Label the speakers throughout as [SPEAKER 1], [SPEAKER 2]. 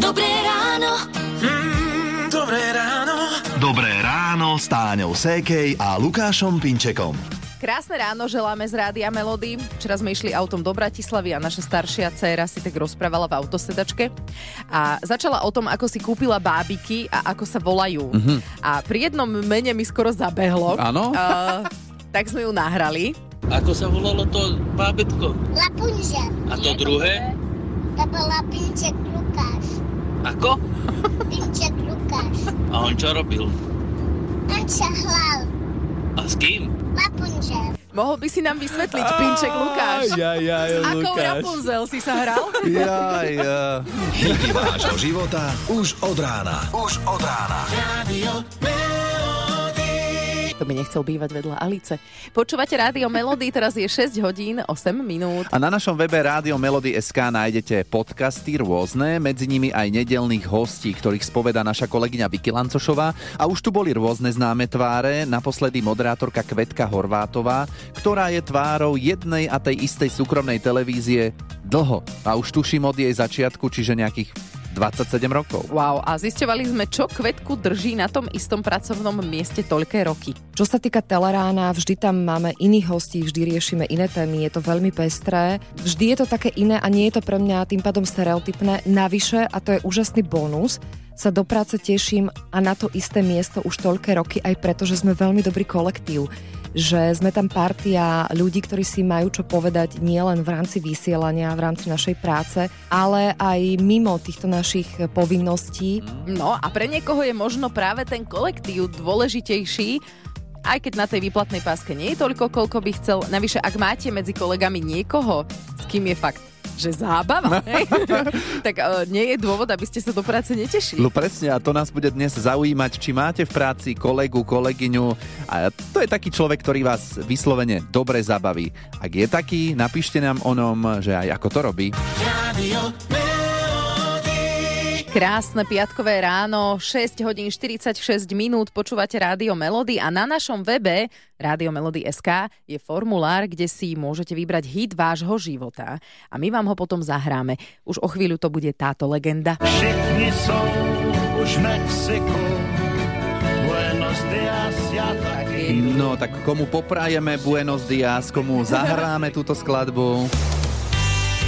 [SPEAKER 1] Dobré ráno.
[SPEAKER 2] Mm, dobré ráno.
[SPEAKER 3] Dobré ráno s Táňou Sékej a Lukášom Pinčekom.
[SPEAKER 4] Krásne ráno želáme z Rádia Melody. Včera sme išli autom do Bratislavy a naša staršia dcéra si tak rozprávala v autosedačke a začala o tom, ako si kúpila bábiky a ako sa volajú. A pri jednom mene mi skoro zabehlo.
[SPEAKER 5] Mhm. Áno?
[SPEAKER 4] Uh, tak sme ju nahrali.
[SPEAKER 6] Ako sa volalo to bábetko?
[SPEAKER 7] Lapunzel.
[SPEAKER 6] A to druhé?
[SPEAKER 7] To bola Pinček Lukáš.
[SPEAKER 6] Ako?
[SPEAKER 7] Pinček Lukáš.
[SPEAKER 6] A on čo robil?
[SPEAKER 7] On sa hlal.
[SPEAKER 6] A s kým?
[SPEAKER 7] Lapunzel.
[SPEAKER 4] Mohol by si nám vysvetliť, Pinček Lukáš?
[SPEAKER 5] Aj, aj, aj,
[SPEAKER 4] Akou
[SPEAKER 5] Lukáš.
[SPEAKER 4] Rapunzel si sa hral?
[SPEAKER 3] Ja, ja. Hity vášho života už od rána. Už od rána.
[SPEAKER 4] To by nechcel bývať vedľa Alice. Počúvate Rádio Melody, teraz je 6 hodín 8 minút.
[SPEAKER 5] A na našom webe Rádio Melody SK nájdete podcasty rôzne, medzi nimi aj nedelných hostí, ktorých spoveda naša kolegyňa Vicky Lancošová. A už tu boli rôzne známe tváre, naposledy moderátorka Kvetka Horvátová, ktorá je tvárou jednej a tej istej súkromnej televízie dlho. A už tuším od jej začiatku, čiže nejakých 27 rokov.
[SPEAKER 4] Wow, a zisťovali sme, čo kvetku drží na tom istom pracovnom mieste toľké roky.
[SPEAKER 8] Čo sa týka Telerána, vždy tam máme iných hostí, vždy riešime iné témy, je to veľmi pestré. Vždy je to také iné a nie je to pre mňa tým pádom stereotypné. Navyše, a to je úžasný bonus, sa do práce teším a na to isté miesto už toľké roky, aj preto, že sme veľmi dobrý kolektív že sme tam partia ľudí, ktorí si majú čo povedať nielen v rámci vysielania, v rámci našej práce, ale aj mimo týchto našich povinností.
[SPEAKER 4] No a pre niekoho je možno práve ten kolektív dôležitejší, aj keď na tej výplatnej páske nie je toľko, koľko by chcel. Navyše, ak máte medzi kolegami niekoho, s kým je fakt že zábava, hej? tak e, nie je dôvod, aby ste sa do práce netešili.
[SPEAKER 5] No presne, a to nás bude dnes zaujímať, či máte v práci kolegu, kolegyňu. A to je taký človek, ktorý vás vyslovene dobre zabaví. Ak je taký, napíšte nám o ňom, že aj ako to robí.
[SPEAKER 4] Krásne piatkové ráno, 6 hodín 46 minút, počúvate Rádio Melody a na našom webe Rádio Melody SK je formulár, kde si môžete vybrať hit vášho života a my vám ho potom zahráme. Už o chvíľu to bude táto legenda.
[SPEAKER 9] Všichni jsou už v Mexiku, Buenos Dias, já taky.
[SPEAKER 5] No tak komu poprajeme Buenos Dias, komu zahráme túto skladbu.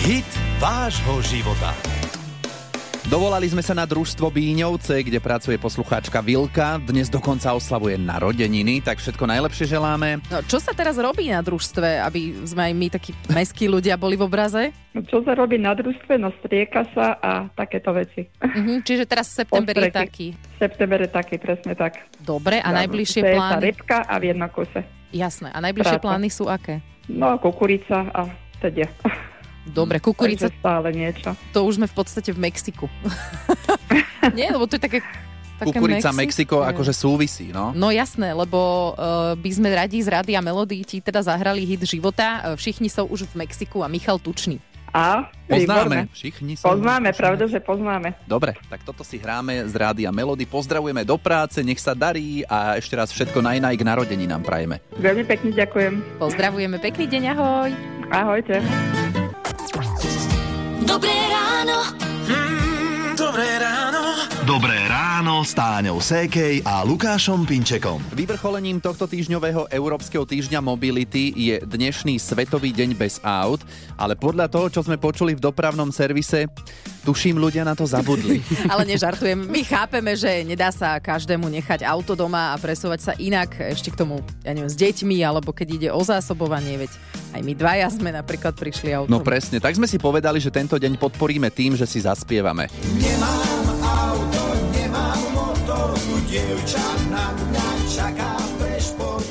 [SPEAKER 3] Hit vášho života.
[SPEAKER 5] Dovolali sme sa na družstvo Bíňovce, kde pracuje poslucháčka Vilka. Dnes dokonca oslavuje narodeniny, tak všetko najlepšie želáme.
[SPEAKER 4] No, čo sa teraz robí na družstve, aby sme aj my takí meskí ľudia boli v obraze?
[SPEAKER 10] No, čo sa robí na družstve? No strieka sa a takéto veci.
[SPEAKER 4] Mhm, čiže teraz september je
[SPEAKER 10] Postreky.
[SPEAKER 4] taký.
[SPEAKER 10] V september je taký, presne tak.
[SPEAKER 4] Dobre, a najbližšie
[SPEAKER 10] To je tá
[SPEAKER 4] plány?
[SPEAKER 10] repka a v jednokuse.
[SPEAKER 4] Jasné, a najbližšie
[SPEAKER 10] práca.
[SPEAKER 4] plány sú aké?
[SPEAKER 10] No a kukurica a teda.
[SPEAKER 4] Dobre, kukurica
[SPEAKER 10] Takže stále niečo.
[SPEAKER 4] to už sme v podstate v Mexiku. Nie, lebo to je také... také
[SPEAKER 5] Kukurica
[SPEAKER 4] mexické.
[SPEAKER 5] Mexiko akože súvisí, no.
[SPEAKER 4] No jasné, lebo uh, by sme radi z Rádia Melody ti teda zahrali hit života. Eh, Všichni sú už v Mexiku a Michal Tučný.
[SPEAKER 10] A výborné.
[SPEAKER 5] Poznáme. Všichni sa-
[SPEAKER 10] Poznáme, pravda, že poznáme.
[SPEAKER 5] Dobre, tak toto si hráme z rádia Melody. Pozdravujeme do práce, nech sa darí a ešte raz všetko najnaj k narodení nám prajeme.
[SPEAKER 10] Veľmi pekne ďakujem.
[SPEAKER 4] Pozdravujeme, pekný deň, ahoj.
[SPEAKER 10] Ahojte.
[SPEAKER 1] Dobré ráno.
[SPEAKER 2] Mm, dobré ráno.
[SPEAKER 3] Dobré ráno s Táňou Sékej a Lukášom Pinčekom.
[SPEAKER 5] Vyvrcholením tohto týždňového Európskeho týždňa mobility je dnešný Svetový deň bez aut, ale podľa toho, čo sme počuli v dopravnom servise, tuším, ľudia na to zabudli.
[SPEAKER 4] Ale nežartujem, my chápeme, že nedá sa každému nechať auto doma a presúvať sa inak, ešte k tomu, ja neviem, s deťmi, alebo keď ide o zásobovanie, veď aj my dvaja sme napríklad prišli autom.
[SPEAKER 5] No presne, tak sme si povedali, že tento deň podporíme tým, že si zaspievame.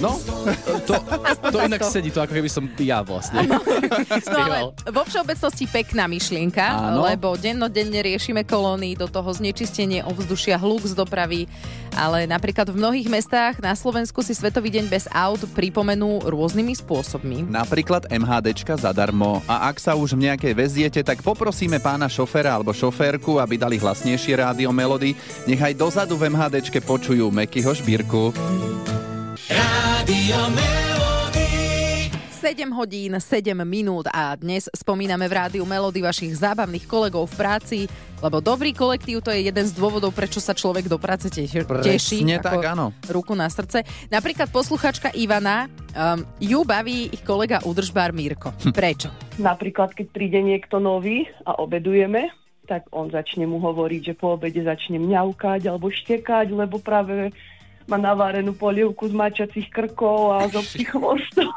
[SPEAKER 5] No,
[SPEAKER 11] To, to inak sedí, to ako keby som ja vlastne.
[SPEAKER 4] No ale vo všeobecnosti pekná myšlienka,
[SPEAKER 5] Áno.
[SPEAKER 4] lebo dennodenne riešime kolóny, do toho znečistenie ovzdušia, hluk z dopravy, ale napríklad v mnohých mestách na Slovensku si Svetový deň bez aut pripomenú rôznymi spôsobmi.
[SPEAKER 5] Napríklad MHDčka zadarmo. A ak sa už v nejakej veziete, tak poprosíme pána šoféra alebo šoférku, aby dali hlasnejšie rádio melody. Nechaj dozadu v MHDčke počujú Mekyho šbírku.
[SPEAKER 2] Rádio Melody.
[SPEAKER 4] 7 hodín, 7 minút a dnes spomíname v rádiu Melody vašich zábavných kolegov v práci, lebo dobrý kolektív to je jeden z dôvodov, prečo sa človek do práce teši. teší,
[SPEAKER 5] Presne tak, áno.
[SPEAKER 4] Ruku na srdce. Napríklad posluchačka Ivana, um, ju baví ich kolega údržbár Mírko. Prečo?
[SPEAKER 12] Napríklad, keď príde niekto nový a obedujeme, tak on začne mu hovoriť, že po obede začne mňaukať alebo štekať, lebo práve má navárenú polievku z mačacích krkov a z obsých chvostov.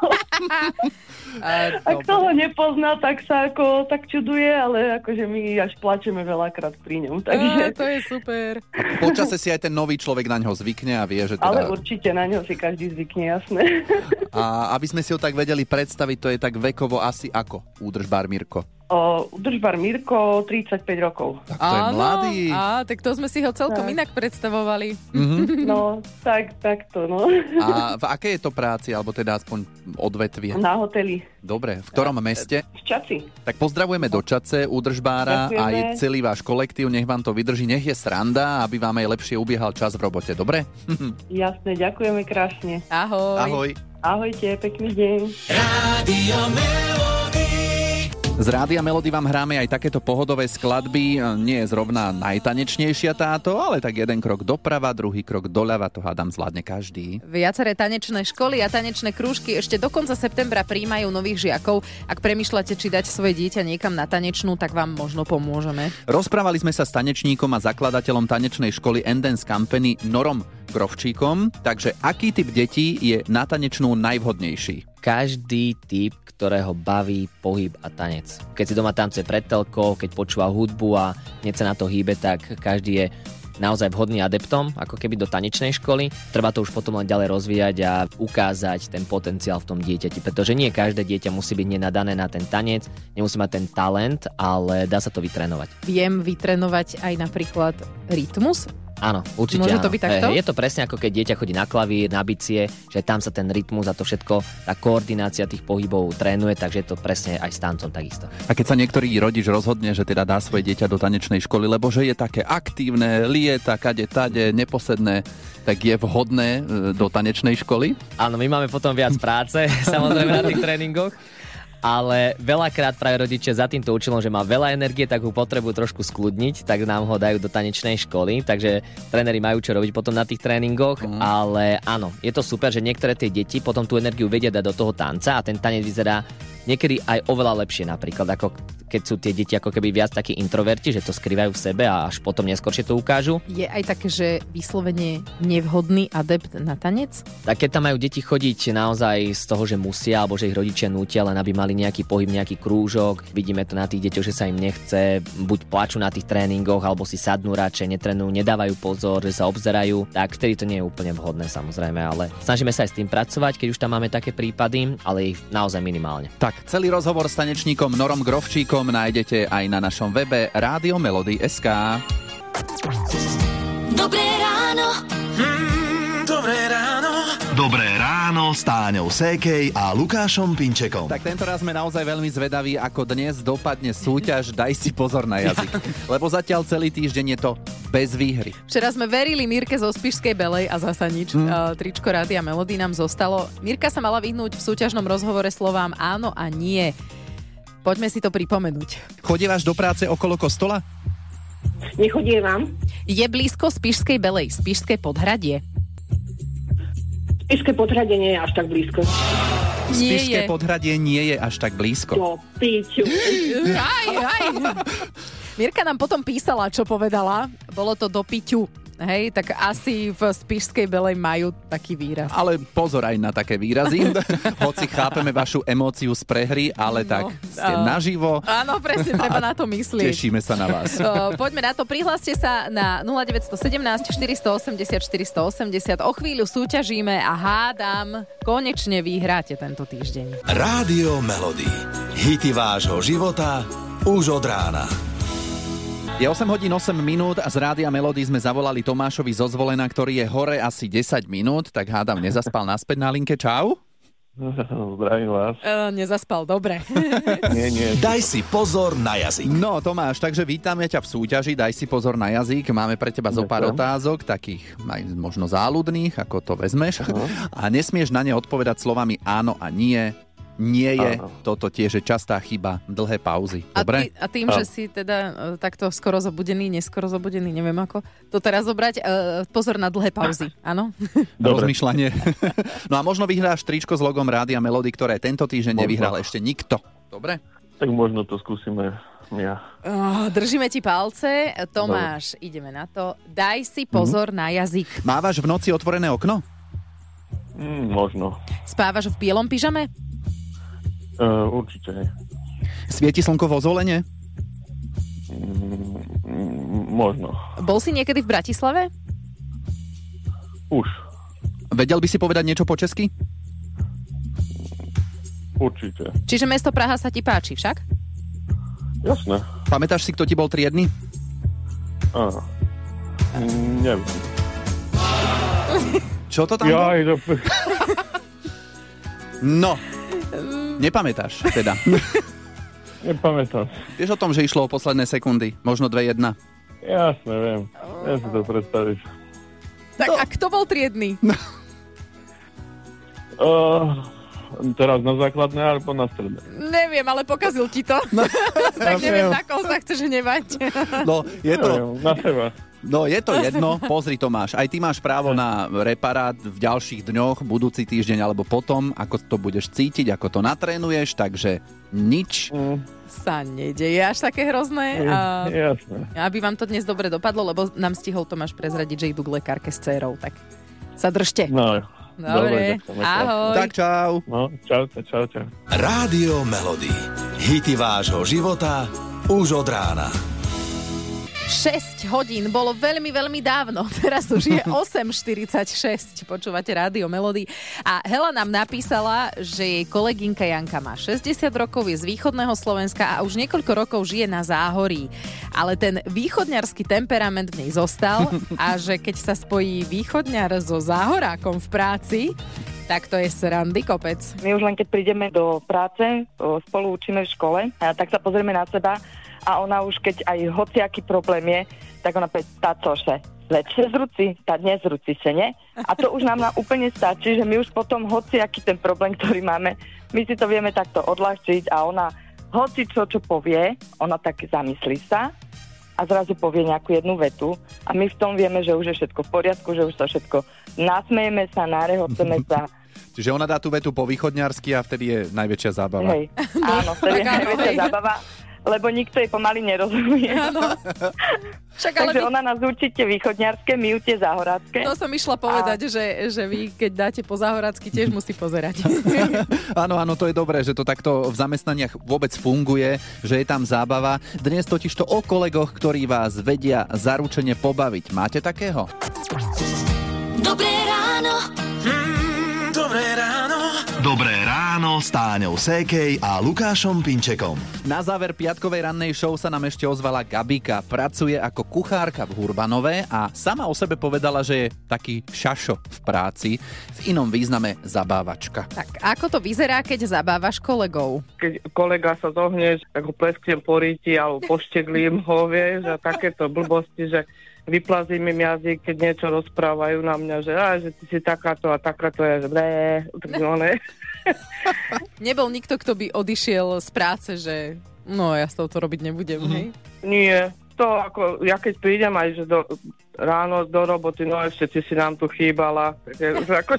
[SPEAKER 4] A,
[SPEAKER 12] A kto ho nepozná, tak sa ako tak čuduje, ale akože my až plačeme veľakrát pri ňom. Takže,
[SPEAKER 4] Eh, to je super.
[SPEAKER 5] Počase si aj ten nový človek na ňo zvykne a vie, že
[SPEAKER 12] ale
[SPEAKER 5] teda...
[SPEAKER 12] určite na ňo si každý zvykne, jasné.
[SPEAKER 5] A aby sme si ho tak vedeli predstaviť, to je tak vekovo asi ako údržbár Mirko.
[SPEAKER 12] O, držbar Mirko, 35 rokov.
[SPEAKER 5] Tak to je mladý.
[SPEAKER 4] Á, tak to sme si ho celkom
[SPEAKER 12] Tak.
[SPEAKER 4] inak predstavovali.
[SPEAKER 5] Mhm.
[SPEAKER 12] No, tak, takto, no.
[SPEAKER 5] A v akej je to práci, alebo teda aspoň odvetvie?
[SPEAKER 12] Na eh, hoteli.
[SPEAKER 5] Dobre, v ktorom meste?
[SPEAKER 12] V Čaci.
[SPEAKER 5] Tak pozdravujeme do Čace, údržbára
[SPEAKER 12] Ďakujeme.
[SPEAKER 5] aj celý váš kolektív. Nech vám to vydrží, nech je sranda, aby vám aj lepšie ubiehal čas v robote. Dobre?
[SPEAKER 12] Jasné, ďakujeme krásne.
[SPEAKER 4] Ahoj.
[SPEAKER 5] Ahoj.
[SPEAKER 12] Ahojte, pekný deň.
[SPEAKER 5] Z Rádia Melody vám hráme aj takéto pohodové skladby. E, Nie je zrovna najtanečnejšia táto, ale tak jeden krok doprava, druhý krok doľava, to hádam zvládne každý.
[SPEAKER 4] Viaceré tanečné školy a tanečné krúžky ešte do konca septembra príjmajú nových žiakov. Ak premyšľate, či dať svoje dieťa niekam na tanečnú, tak vám možno pomôžeme.
[SPEAKER 5] Rozprávali sme sa s tanečníkom a zakladateľom tanečnej školy Endens Company Norom Grovčíkom, takže aký typ detí je na tanečnú najvhodnejší?
[SPEAKER 13] každý typ, ktorého baví pohyb a tanec. Keď si doma tancuje pred telkou, keď počúva hudbu a hneď sa na to hýbe, tak každý je naozaj vhodný adeptom, ako keby do tanečnej školy. Treba to už potom len ďalej rozvíjať a ukázať ten potenciál v tom dieťati, pretože nie každé dieťa musí byť nenadané na ten tanec, nemusí mať ten talent, ale dá sa to vytrénovať.
[SPEAKER 4] Viem vytrénovať aj napríklad rytmus.
[SPEAKER 13] Áno, určite
[SPEAKER 4] Môže
[SPEAKER 13] áno.
[SPEAKER 4] to byť takto?
[SPEAKER 13] Hej, Je to presne ako keď dieťa chodí na klavír, na bicie, že tam sa ten rytmus a to všetko, tá koordinácia tých pohybov trénuje, takže je to presne aj s tancom takisto.
[SPEAKER 5] A keď sa niektorý rodič rozhodne, že teda dá svoje dieťa do tanečnej školy, lebo že je také aktívne, lieta, kade, tade, neposedné, tak je vhodné e, do tanečnej školy?
[SPEAKER 13] Áno, my máme potom viac práce, samozrejme na tých tréningoch. Ale veľakrát práve rodičia za týmto účelom, že má veľa energie, tak ho potrebujú trošku skľudniť, tak nám ho dajú do tanečnej školy, takže tréneri majú čo robiť potom na tých tréningoch, ale áno, je to super, že niektoré tie deti potom tú energiu vedia dať do toho tanca a ten tanec vyzerá niekedy aj oveľa lepšie napríklad, ako keď sú tie deti ako keby viac takí introverti, že to skrývajú v sebe a až potom neskôršie to ukážu.
[SPEAKER 4] Je aj také, že vyslovene nevhodný adept na tanec?
[SPEAKER 13] Tak keď tam majú deti chodiť naozaj z toho, že musia, alebo že ich rodičia nútia, len aby mali nejaký pohyb, nejaký krúžok, vidíme to na tých deťoch, že sa im nechce, buď plačú na tých tréningoch, alebo si sadnú radšej, netrenujú, nedávajú pozor, že sa obzerajú, tak vtedy to nie je úplne vhodné samozrejme, ale snažíme sa aj s tým pracovať, keď už tam máme také prípady, ale ich naozaj minimálne.
[SPEAKER 5] Tak, celý rozhovor s tanečníkom Norom Grovčíkom nájdete aj na našom webe radiomelody.sk.
[SPEAKER 1] Dobré ráno.
[SPEAKER 2] Dobré ráno.
[SPEAKER 3] Dobré ráno s Táňou Sékej a Lukášom Pinčekom.
[SPEAKER 5] Tak tento raz sme naozaj veľmi zvedaví, ako dnes dopadne súťaž Daj si pozor na jazyk, lebo zatiaľ celý týždeň je to bez výhry.
[SPEAKER 4] Včera sme verili Mirke zo Spišskej Belej a zasa nič. Mm. Tričko Rady a Melody nám zostalo. Mirka sa mala vyhnúť v súťažnom rozhovore slovám áno a nie. Poďme si to pripomenúť.
[SPEAKER 5] Chodívaš do práce okolo kostola?
[SPEAKER 14] Nechodie vám.
[SPEAKER 4] Je blízko Spišskej Belej, Spišské podhradie.
[SPEAKER 14] Spišské podhradie nie je až tak blízko.
[SPEAKER 4] Nie
[SPEAKER 5] Spišské
[SPEAKER 4] je.
[SPEAKER 5] podhradie nie je až tak blízko.
[SPEAKER 14] No, píťu.
[SPEAKER 4] Aj, aj. Mirka nám potom písala, čo povedala. Bolo to do piťu. Hej, tak asi v Spišskej Belej majú taký výraz.
[SPEAKER 5] Ale pozor aj na také výrazy. Hoci chápeme vašu emóciu z prehry, ale tak
[SPEAKER 4] No,
[SPEAKER 5] ste
[SPEAKER 4] a-
[SPEAKER 5] naživo.
[SPEAKER 4] Áno, presne, treba na to myslieť.
[SPEAKER 5] Tešíme sa na vás.
[SPEAKER 4] Uh, Poďme na to, prihláste sa na 0917 480 480. O chvíľu súťažíme a hádam, konečne vyhráte tento týždeň.
[SPEAKER 3] Rádio Melody. Hity vášho života už od rána.
[SPEAKER 5] Je 8 hodín 8 minút a z Rádia Melody sme zavolali Tomášovi zo Zvolena, ktorý je hore asi 10 minút, tak hádam, nezaspal naspäť na linke. Čau.
[SPEAKER 15] Zdravím vás.
[SPEAKER 4] Uh, nezaspal, dobre.
[SPEAKER 15] Nie, nie.
[SPEAKER 3] Daj si pozor na jazyk.
[SPEAKER 5] No Tomáš, takže vítame ťa v súťaži, daj si pozor na jazyk, máme pre teba zo pár
[SPEAKER 15] Ďakujem.
[SPEAKER 5] otázok, takých aj možno záľudných, ako to vezmeš. A nesmieš na ne odpovedať slovami áno a nie, nie je toto tiež je častá chyba, dlhé pauzy.
[SPEAKER 4] A, ty,
[SPEAKER 5] Dobre?
[SPEAKER 4] a tým, že si teda e, takto skoro zobudený, neskoro zobudený, neviem ako, to teraz zobrať, e, pozor na dlhé pauzy, áno?
[SPEAKER 5] Dobre. rozmýšľanie. no a možno vyhráš tričko s logom Rádia Melody, ktoré tento týždeň nevyhral ešte nikto. Dobre?
[SPEAKER 15] Tak možno to skúsime ja.
[SPEAKER 4] Oh, držíme ti palce. Tomáš, ideme na to. Daj si pozor na jazyk.
[SPEAKER 5] Mávaš v noci otvorené okno?
[SPEAKER 15] Mm, možno.
[SPEAKER 4] Spávaš v bielom pyžame?
[SPEAKER 15] Uh, určite.
[SPEAKER 5] Svieti slnko vo zvolenie?
[SPEAKER 15] Mm, mm, možno.
[SPEAKER 4] Bol si niekedy v Bratislave?
[SPEAKER 15] Už.
[SPEAKER 5] Vedel by si povedať niečo po česky?
[SPEAKER 15] Určite.
[SPEAKER 4] Čiže mesto Praha sa ti páči však?
[SPEAKER 15] Jasné.
[SPEAKER 5] Pamätáš si, kto ti bol triedny?
[SPEAKER 15] Áno. Mm, neviem.
[SPEAKER 5] Čo to tam
[SPEAKER 15] Jaj,
[SPEAKER 5] bolo? No, nepamätáš teda.
[SPEAKER 15] Nepamätám.
[SPEAKER 5] Vieš o tom, že išlo o posledné sekundy, možno 2-1.
[SPEAKER 15] Jasné, viem. Viem si to predstaviť.
[SPEAKER 4] Tak a kto bol triedny?
[SPEAKER 15] Uh, teraz na základné alebo na stredné?
[SPEAKER 4] Neviem, ale pokazil ti to. tak neviem, na koho sa chceš hnevať.
[SPEAKER 5] No, je
[SPEAKER 15] Neviem,
[SPEAKER 5] to...
[SPEAKER 15] Na seba.
[SPEAKER 5] No, je to jedno. Pozri, Tomáš, aj ty máš právo na reparát v ďalších dňoch, budúci týždeň alebo potom, ako to budeš cítiť, ako to natrénuješ, takže nič.
[SPEAKER 4] sa nedeje až také hrozné.
[SPEAKER 5] Mm,
[SPEAKER 4] A
[SPEAKER 15] Jasné.
[SPEAKER 4] aby vám to dnes dobre dopadlo, lebo nám stihol Tomáš prezradiť, že idú k lekárke s dcerou. Tak sa držte.
[SPEAKER 15] No,
[SPEAKER 4] Dobre,
[SPEAKER 15] ďakujem.
[SPEAKER 4] ahoj.
[SPEAKER 5] Tak čau.
[SPEAKER 15] No, čaute, čaute.
[SPEAKER 3] Rádio Melody. Hity vášho života už od rána.
[SPEAKER 4] 6 hodín bolo veľmi, veľmi dávno. Teraz už je 8.46. Počúvate rádio Melody. A Hela nám napísala, že jej kolegynka Janka má 60 rokov, je z východného Slovenska a už niekoľko rokov žije na Záhorí. Ale ten východňarský temperament v nej zostal a že keď sa spojí východňar so záhorákom v práci, tak to je srandy kopec.
[SPEAKER 16] My už len keď prídeme do práce, o, spolu učíme v škole, a tak sa pozrieme na seba a ona už keď aj hociaký problém je, tak ona povie, tá cože, lepšie zruci, tá nezruci sa, ne? A to už nám na úplne stačí, že my už potom hociaký ten problém, ktorý máme, my si to vieme takto odľahčiť a ona hoci čo, čo povie, ona tak zamyslí sa a zrazu povie nejakú jednu vetu a my v tom vieme, že už je všetko v poriadku, že už to všetko nasmejeme sa, nárehoceme sa,
[SPEAKER 5] Čiže ona dá tú vetu po východňarsky a vtedy je najväčšia zábava.
[SPEAKER 16] Hej, áno, vtedy je najväčšia zábava, lebo nikto jej pomaly nerozumie.
[SPEAKER 4] Však, ale No.
[SPEAKER 16] Takže
[SPEAKER 4] vy-
[SPEAKER 16] ona nás určite východňarské, my ju tie záhoradské.
[SPEAKER 4] To som išla povedať, že, že vy keď dáte po záhoracky, tiež musí pozerať.
[SPEAKER 5] Áno, áno, to je dobré, že to takto v zamestnaniach vôbec funguje, že je tam zábava. Dnes totiž to o kolegoch, ktorí vás vedia zaručene pobaviť. Máte takého?
[SPEAKER 1] Dobré ráno.
[SPEAKER 2] Dobré ráno.
[SPEAKER 3] Dobré ráno s Táňou Sékej a Lukášom Pinčekom.
[SPEAKER 5] Na záver piatkovej rannej show sa nám ešte ozvala Gabika. Pracuje ako kuchárka v Hurbanove a sama o sebe povedala, že je taký šašo v práci, v inom význame zabávačka.
[SPEAKER 4] Tak ako to vyzerá, keď zabávaš kolegov?
[SPEAKER 17] keď kolega sa zohne, tak ho plesknem po ríti alebo pošteglím ho, vieš, a takéto blbosti, že vyplazím im jazyk, keď niečo rozprávajú na mňa, že, á, že ty si takáto a takáto, ja, že ne, no ne.
[SPEAKER 4] Nebol nikto, kto by odišiel z práce, že no ja s touto robiť nebudem, mm-hmm. hej?
[SPEAKER 17] Nie, to ako, ja keď prídem aj, že do, ráno do roboty, no ešte ty si nám tu chýbala. Takže už ako,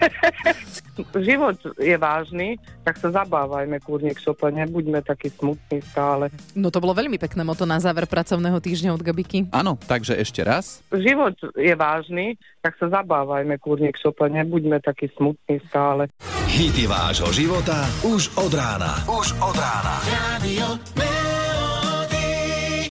[SPEAKER 17] život je vážny, tak sa zabávajme, kurník šopa, nebuďme takí smutní stále.
[SPEAKER 4] No to bolo veľmi pekné moto na záver pracovného týždňa od Gabiky.
[SPEAKER 5] Áno, takže ešte raz.
[SPEAKER 17] Život je vážny, tak sa zabávajme, kurník šopa, nebuďme takí smutní stále.
[SPEAKER 3] Hity vášho života už od rána. Už od rána.
[SPEAKER 2] Radio Melody.